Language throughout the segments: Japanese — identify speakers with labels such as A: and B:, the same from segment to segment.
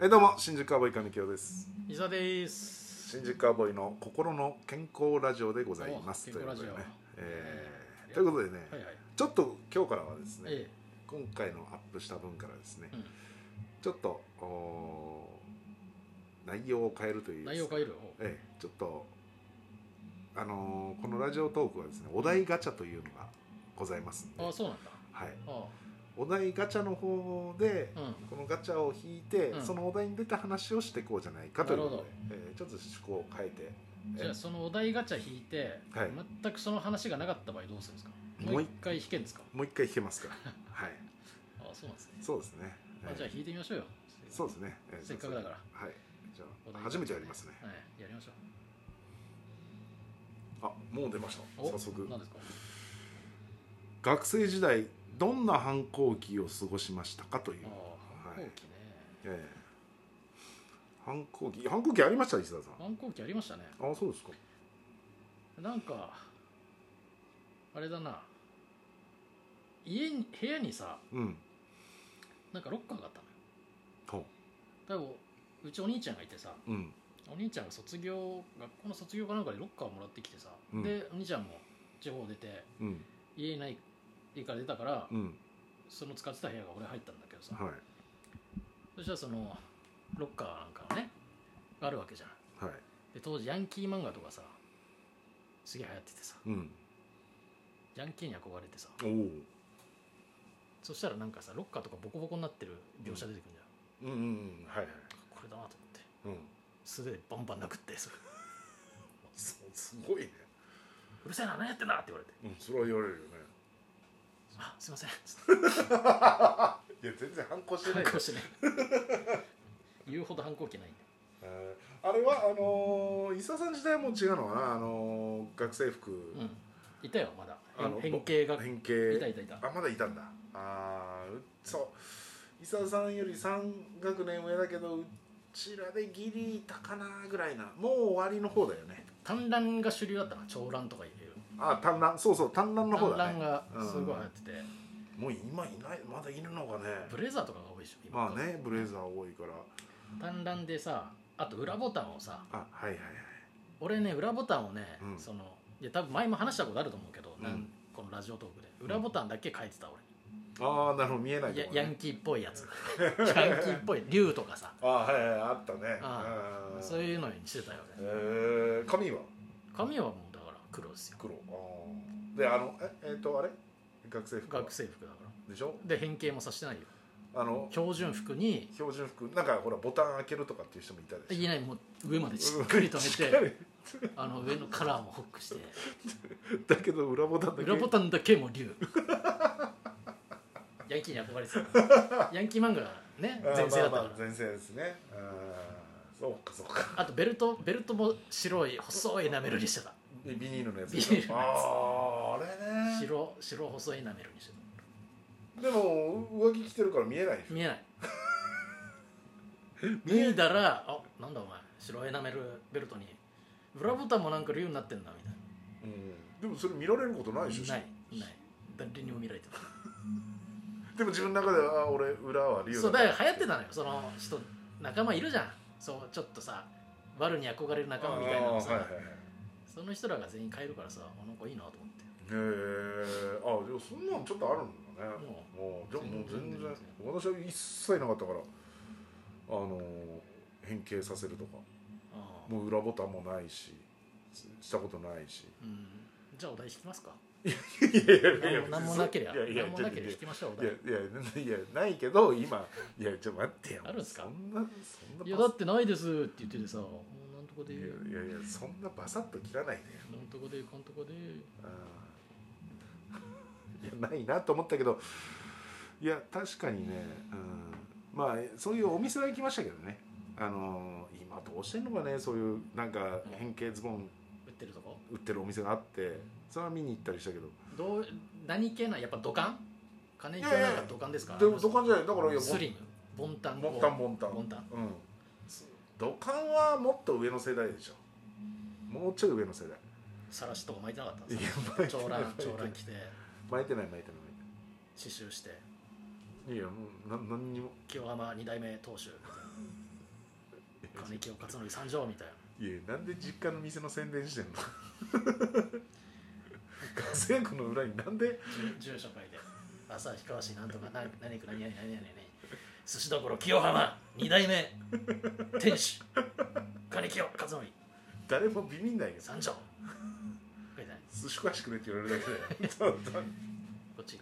A: えどうも新宿カーボーイ金城です
B: 伊沢です
A: 新宿カーボーイの心の健康ラジオでございます
B: お健康ラ
A: と
B: ジオ
A: いうことでね、えー
B: えー
A: ということでね、
B: はいはい
A: ちょっと今日からはですね、
B: え
A: 今回のアップした分からですね、
B: うん
A: ちょっとおー内容を変えるとい
B: え
A: う
B: 内容変えるお
A: ええちょっとあのーこのラジオトークはですねお題ガチャというのがございますんで
B: ああそうなんだ
A: はい、
B: あ
A: お題ガチャの方で、
B: あうん
A: このガチャを引いて、
B: うん
A: そのお題に出た話をしていこうじゃないかということ
B: な
A: で
B: る、
A: えーちょっと趣向を変えて
B: じゃあそのお題ガチャ引いて、
A: はい
B: 全くその話がなかった場合どうするんですか
A: も
B: も
A: う
B: う
A: 一
B: 一回引けんですか
A: もう一回引けますから はい
B: ああそうなんですね
A: そうですね、
B: あじゃあ
A: えー
B: 引いてみましょうよ
A: そうですね、えー
B: せっかくだから
A: はいじゃ
B: お
A: あ
B: 題ガ
A: 初
B: チャ
A: めてやりますね
B: はいやりましょ
A: あもう出ました
B: うお
A: 早速
B: 何ですか
A: 学生時代どんな反抗期を過ごしましたかという
B: あ、あ
A: はい
B: 反抗期ね、
A: ええ反抗期反抗期ありました石田さ
B: 反抗期ありましたね
A: んあそうですか
B: なんかあれだな家に部屋にさ
A: うん
B: なんかロッカーがあったのよ
A: ほ
B: 多分うちお兄ちゃんがいてさ
A: ううん
B: お兄ちゃんが卒業学校の卒業かなんかでロッカーをもらってきてさ、
A: うん
B: でお兄ちゃんも地方出て
A: うん
B: 家ない家から出たから、
A: うん
B: その使ってた部屋が俺入ったんだけどさ、
A: は
B: そしたらそのロッカーなんかがねがあるわけじゃな
A: い
B: い
A: はい
B: で当時ヤンキー漫画とかさすげえ流行っててさ
A: うん
B: ヤンキーに憧れてさ
A: おおうん
B: そしたらなんかさロッカーとかボコボコになってる描写出てくる
A: う
B: んじゃん、
A: んうんはいはい
B: これだなと思っ
A: う
B: て
A: ん
B: 素手でバンバン殴ってそれ
A: すすごいね
B: うるせえな何やってんだって言われて
A: うんそれは言われるよね
B: 「あすいま せん」つって
A: いや全然反抗してない
B: 反
A: よ
B: 抗してね 言うほど反抗期ないんだ
A: えーあれはあのー、石田さん自体も違うのかなあのー、学生服、
B: うんいたよまだ
A: あの
B: 変形がい
A: 変形
B: たいたいた
A: あまだいたんだあーうそう伊沢さんより3学年上だけどうちらでギリいたかなぐらいなもう終わりの方だよね
B: 単乱が主流だったな長乱とかいう
A: あ単乱そうそう単乱の方
B: 単
A: だ
B: 乱
A: ね
B: が
A: うん
B: すごい流行ってて、
A: もう今いないまだいるのかね
B: ブレザーとかが多いでしょ今
A: まあねブレザー多いから
B: 単乱でさあと裏ボタンをさ
A: あはいはいはい
B: 俺ね裏ボタンをね、
A: うん
B: そのいや多分前も話したことあると思うけど、なん
A: うん
B: このラジオトークで裏ボタンだけ書いてた俺、
A: ああなるほど見えないと
B: や
A: こ
B: ヤ
A: ね
B: ンキーっぽいや つヤンキーっぽい竜とかさ
A: あーはいはいあったね
B: あ
A: うん
B: そういうのにしてたよ俺
A: えー、髪は
B: 髪はもうだから黒ですよ
A: 黒あーであのええっ、とあれ学生服は
B: 学生服だから
A: でしょ
B: で変形もさせてないよ
A: あの
B: 標準服に
A: 標準服なんかほらボタン開けるとかっていう人もいたで
B: い
A: し
B: き
A: ょ
B: なりもう上までしっかり止
A: し
B: め
A: ってかり
B: あの上のカラーもホックして
A: だけど裏ボタンだけ
B: 裏ボタンだけも竜ヤンキーに憧れて たヤンキー漫画がね
A: あー
B: 全盛だ
A: ま
B: ったか
A: あ
B: ら
A: まあ前世ですねあーそうかそうか
B: あとベルトベルトも白い細いエナメルにしてた
A: ビビニールのやつ
B: ビニールのやつ
A: あああれね
B: 白白細いエナメルにして
A: でも上着着てるから見えないでした
B: 見 えない
A: ょ
B: 脱いだらあなんだお前白エナメルベルトに裏ボタンもなんか竜になってんだみたいな
A: うんでもそれ見られることないでしょ
B: ないない誰にも見られてない
A: でも自分の中ではあー俺裏は理由
B: そうだから流行ってたのよその人仲間いるじゃんそうちょっとさ悪に憧れる仲間みたいなのさ、
A: はいはいはい
B: その人らが全員帰るからさあの子いいなと思っ
A: へえあでもそんなのちょっとあるんだねもうじゃあもう全
B: 全
A: 然
B: 然
A: 私は一切なかったからあのー変形させるとか
B: て、
A: もう裏ボタンもないしししたことないし
B: うんうん、じゃあお題引きますか
A: いやいや
B: 何も何もなけりゃ
A: いやいや
B: 何もなけりゃ引きましょうお
A: いや
B: 題
A: いやいやないけど今いやちょっと待ってよ
B: あるんすか
A: そんなそん
B: いや
A: なバ
B: だ
A: サ
B: ってないですって言っててさもうなんとこで
A: い
B: な
A: や
B: ん
A: いやいやそんなバサッと切らないでよ
B: とこでかんとこで
A: あーいやないなと思ったけどいや確かにね、うん、まあそういうお店は行きましたけどねあのー今どうしてんのかねそういうなんか変形ズボン
B: 売ってるとこ
A: 売ってるお店があってそれは見に行ったりしたけど
B: どう何系なんやっぱ土管金井
A: い
B: ち
A: やいや
B: なんか土管ですか
A: でも土管じゃないだからいや
B: スリムボンタン
A: ボンタンボンタン
B: ボンタン
A: うん土管はもっと上の世代でしょもうちょい上の世代
B: さらしとか巻いてなかったん
A: い
B: で
A: や
B: す
A: 巻いて
B: 長
A: ない
B: 蘭長蘭着て
A: 巻いてない巻いてない
B: 刺繍して
A: 巻いてないいやもうな何にも
B: 清浜二代目当主金清勝則参上みたいない
A: やなんで実家の店の宣伝してんの 活躍の裏になんで
B: 住住所書いて朝日川市なんとかな何区何々何々何々寿司どころ清浜二代目店主金清勝則
A: 誰もビビんないよ
B: 参上書いてない
A: 寿司食わしてくれって言われるだけだよ そうそう
B: こっちね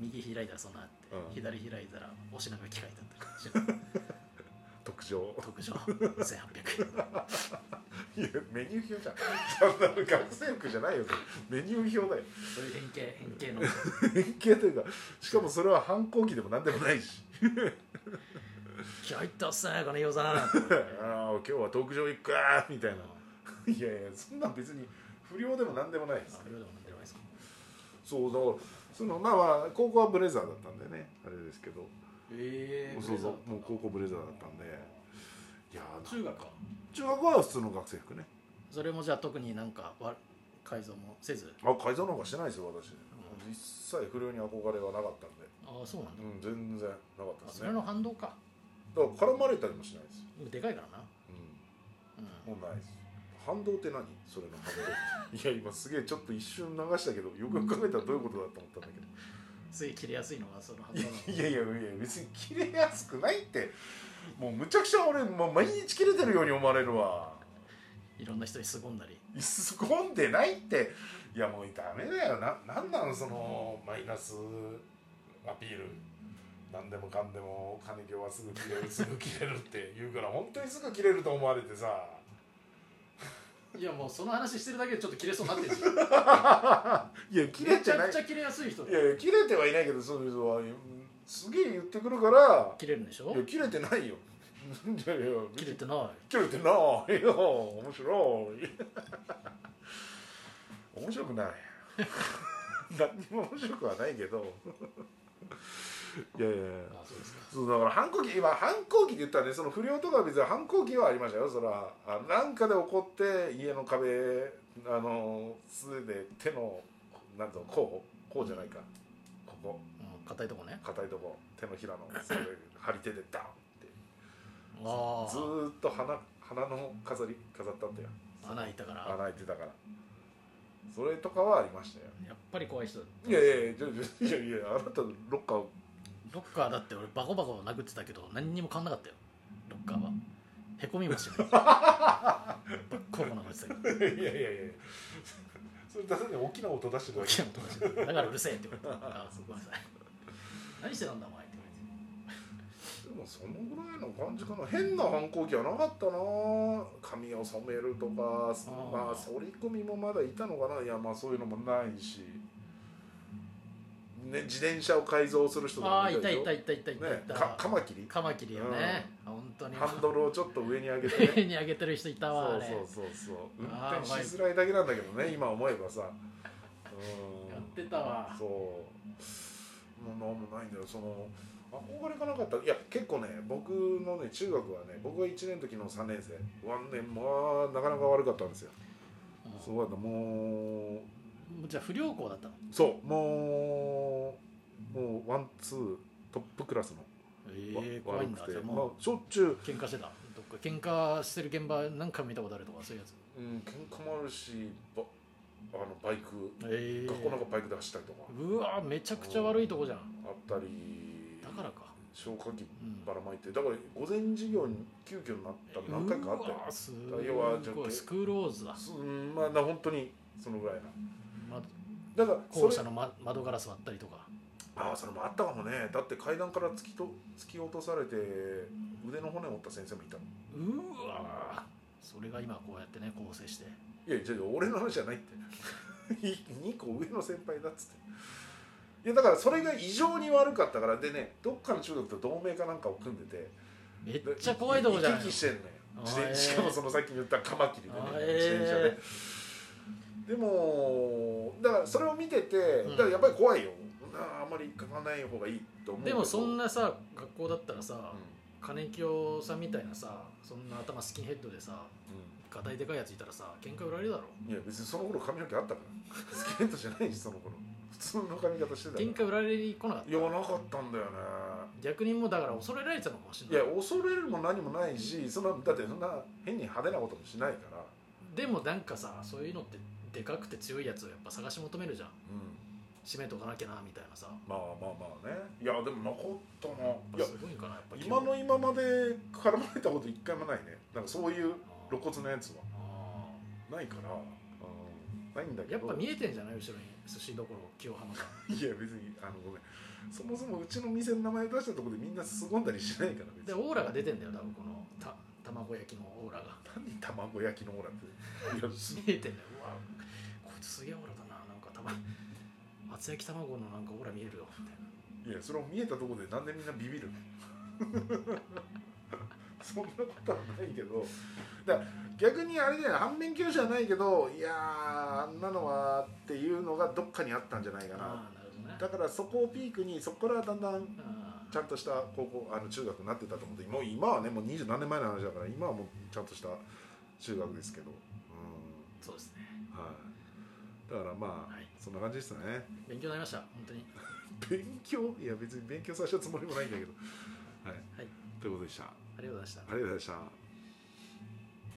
B: 右開いたらそんなあって、
A: うん
B: 左開いたらお品書き書いてあった
A: 特上
B: 特上1800 円
A: いやメニュー表じゃんそんなの学生服じゃないよメニュー表だよ
B: そういう変形変形の
A: 変形というかしかもそれは反抗期でも何でもないし
B: 気入ったっすね金清さん
A: ああ今日は特上行くかみたいないやいやそんなん別に不良でも何でもないです
B: あれでも飲んでるわけですか
A: そうだからそのまあまあ高校はブレザーだったんでねあれですけど
B: え
A: そうそうもう高校ブレザーだったんでいやー
B: 中学か
A: 中学は普通の学生服ね
B: それもじゃあ特になんかわ改造もせず
A: あ改造なんかしてないですよ私一切不良に憧れはなかったんで
B: ああそうなんだ、
A: うん全然なかった
B: あ
A: です
B: そ
A: ね
B: れの反動か
A: だから絡まれたりもしないです、
B: でかいからな、
A: うん、もうないです反動って何それの反動 いや今すげえちょっと一瞬流したけどよくよく考えたらどういうことだと思ったんだけど
B: うん、すげえ切れやすいのがその反 動な の
A: いやいやいや別に切れやすくないってもうむちゃくちゃ俺、もう毎日切れてるように思われるわ
B: いろんな人に凄んだり
A: すこんでないっていやもうダメだよななんなんそのマイナスアピール何でもかんでも金魚はすぐ切れるすぐ切れるって言うから本当にすぐ切れると思われてさ
B: いやもうその話してるだけでちょっと切れそうになってるじゃん
A: いや切れ
B: めち
A: てない
B: ゃくち ゃ切れやすい人
A: いやいや切れてはいないけどそういう人はうんすげえ言ってくるから
B: 切れるんでしょ
A: いや切れてない よいやいや
B: 切れてない
A: 切れてないよ面白い面白くない 何にも面白くはないけどいやいやいや
B: あそうですか
A: そうだから反抗期今反抗期って言ったらねその不良とかは別に反抗期はありましたよそれはあなんかで怒って家の壁あの素手で手のなんとこうこうじゃないかここ
B: うん硬いとこね
A: 硬いとこ手のひらの素手で張り手でダンって
B: あ
A: ずーっと花花の飾り飾ったんだよ
B: あ穴開いたから
A: 穴開いてたからそれとかはありましたよ
B: やっぱり怖い人
A: いやいやいやちょちょいやいやあなたのロッカー
B: ロッカーだって俺バコバコ殴ってたけど何にも変わんなかったよロッカーはへこみもしないバッコバコ殴ってたけど
A: いやいやいやいやそれただね大きな音出してる
B: 大
A: だ
B: き
A: け
B: な音がしてだからうるせえって言われたあごめんなさい何してたんだお前って言
A: でも
B: われて
A: そのぐらいの感じかな変な反抗期はなかったな髪を染めるとかまあ反り込みもまだいたのかないやまあそういうのもないし、ね、自転車を改造する人と
B: あ
A: かも
B: あい
A: いた
B: た
A: でし
B: い
A: ょ
B: たいたいたいたい
A: ね
B: た、
A: かカマキリ
B: カマキリよね、本当に
A: ハンドルをちょっと上に上げてね
B: 手に上げてる人いたわあれ
A: そうそうそうそう運
B: あー
A: 転しづらいだけなんだけどね今思えばさうん
B: やってたわ
A: そうもうなんもないんだよその憧れがなかったいや結構ね僕のね中学はね僕が1年の時の3年生ワン年もなかなか悪かったんですよ
B: うん
A: そうだったもう
B: じゃあ不良校だったの
A: そうもうもうワンツートップクラスの、
B: ええ
A: わ
B: 怖いんだじゃあ
A: まあ
B: も、
A: しょっちゅう
B: う喧嘩してたどっか喧嘩してる現場何回も見たことあるとかそういうやつ
A: うん喧嘩もあるしばあのバイク
B: ええ
A: 学校なんかバイクで走ったりとか
B: うわめちゃくちゃ悪いとこじゃん
A: あったり
B: だからか
A: 消火器
B: うん
A: ばらまいてだから午前授業に急遽になったの何回かあったよ
B: うわす
A: 要はちょっ
B: ご
A: と
B: いスクールウォーズだ、
A: すうんまあな本当にそのぐらいな
B: ま、
A: だからそ
B: 校
A: れ
B: 舎の、ま、窓ガラス割ったりとか
A: ああそれもあったかもねだって階段から突きと突き落とされて腕の骨折った先生もいた
B: うわそれが今こうやってね構成して
A: いやいや違う俺の話じゃないって い二個上の先輩だっつっていやだからそれが異常に悪かったからでねどっかの中学と同盟かなんかを組んでて
B: めっちゃ怖いとこじゃない
A: 行き来してんのよ自
B: あーえ
A: 転
B: ー
A: しかもそのさっき言ったカマキリでね
B: あー
A: 自転車で
B: え
A: でもだからそれを見てて
B: ん
A: だからやっぱり怖いよ、なあんまり書かない方がいいと思うけ
B: で
A: ど
B: もそん
A: な、
B: なさ学校だったらさ
A: うん
B: 金清さんみたいなさそんな頭スキンヘッドでさガタイでかいやついたらさ喧嘩売られるだろ
A: うんいや別にその頃髪の毛あったからスケートじゃないしその頃普通の髪型してたよ
B: 喧嘩売られに来なかった
A: いやなかったんだよね
B: 逆にもうだから恐れられてたのかもし
A: い
B: れ
A: や
B: ない
A: 恐れるも何もないしそんなだってそんな変に派手なこともしないから、
B: でもなんかさそういうのってでかくて強いやつをやっぱ探し求めるじゃん
A: うん、
B: 締めとかなきゃなみたいなさ
A: まあまあまあねいやでもなかったないや
B: すごいんかなやっぱ
A: 今の今まで絡まれたこと一回もないねなんかそういう
B: あー
A: 露骨なやつは
B: あ
A: ないから、うんないんだ
B: ー
A: け
B: や
A: ど
B: っぱ見えてんじゃない後ろに寿司どころ清浜が
A: いや別にあのごめんそもそもうちの店の名前出したところでみんなすごんだりしないから別
B: で
A: に
B: オーラが出てんだよ多分このた卵焼きのオーラ が
A: 何卵焼きのオーラっていやす
B: 見えてんだようわこいつすげえオーラだななんかたま厚焼き卵のなんかオーラ見えるよみたいない
A: やそれを見えたところでなんでみんなビビるの そんなことはないけどだから逆にあれだよ反面教師じゃないけどいやーあんなのはっていうのがどっかにあったんじゃないかな
B: ああなるほどね
A: だからそこをピークにそこからだんだん
B: あー
A: ちゃんとした高校あの中学になってたと思ってもう今はねもう二十何年前の話だから今はもうちゃんとした中学ですけど、う
B: そうですね
A: んはい、だからまあ、
B: はい
A: そんな感じでしたね
B: 勉強になりました本当に
A: 勉強いや別に勉強させたつもりもないんだけどはい、
B: はい
A: ということでしたあ
B: ありがとうございました
A: りがとうございました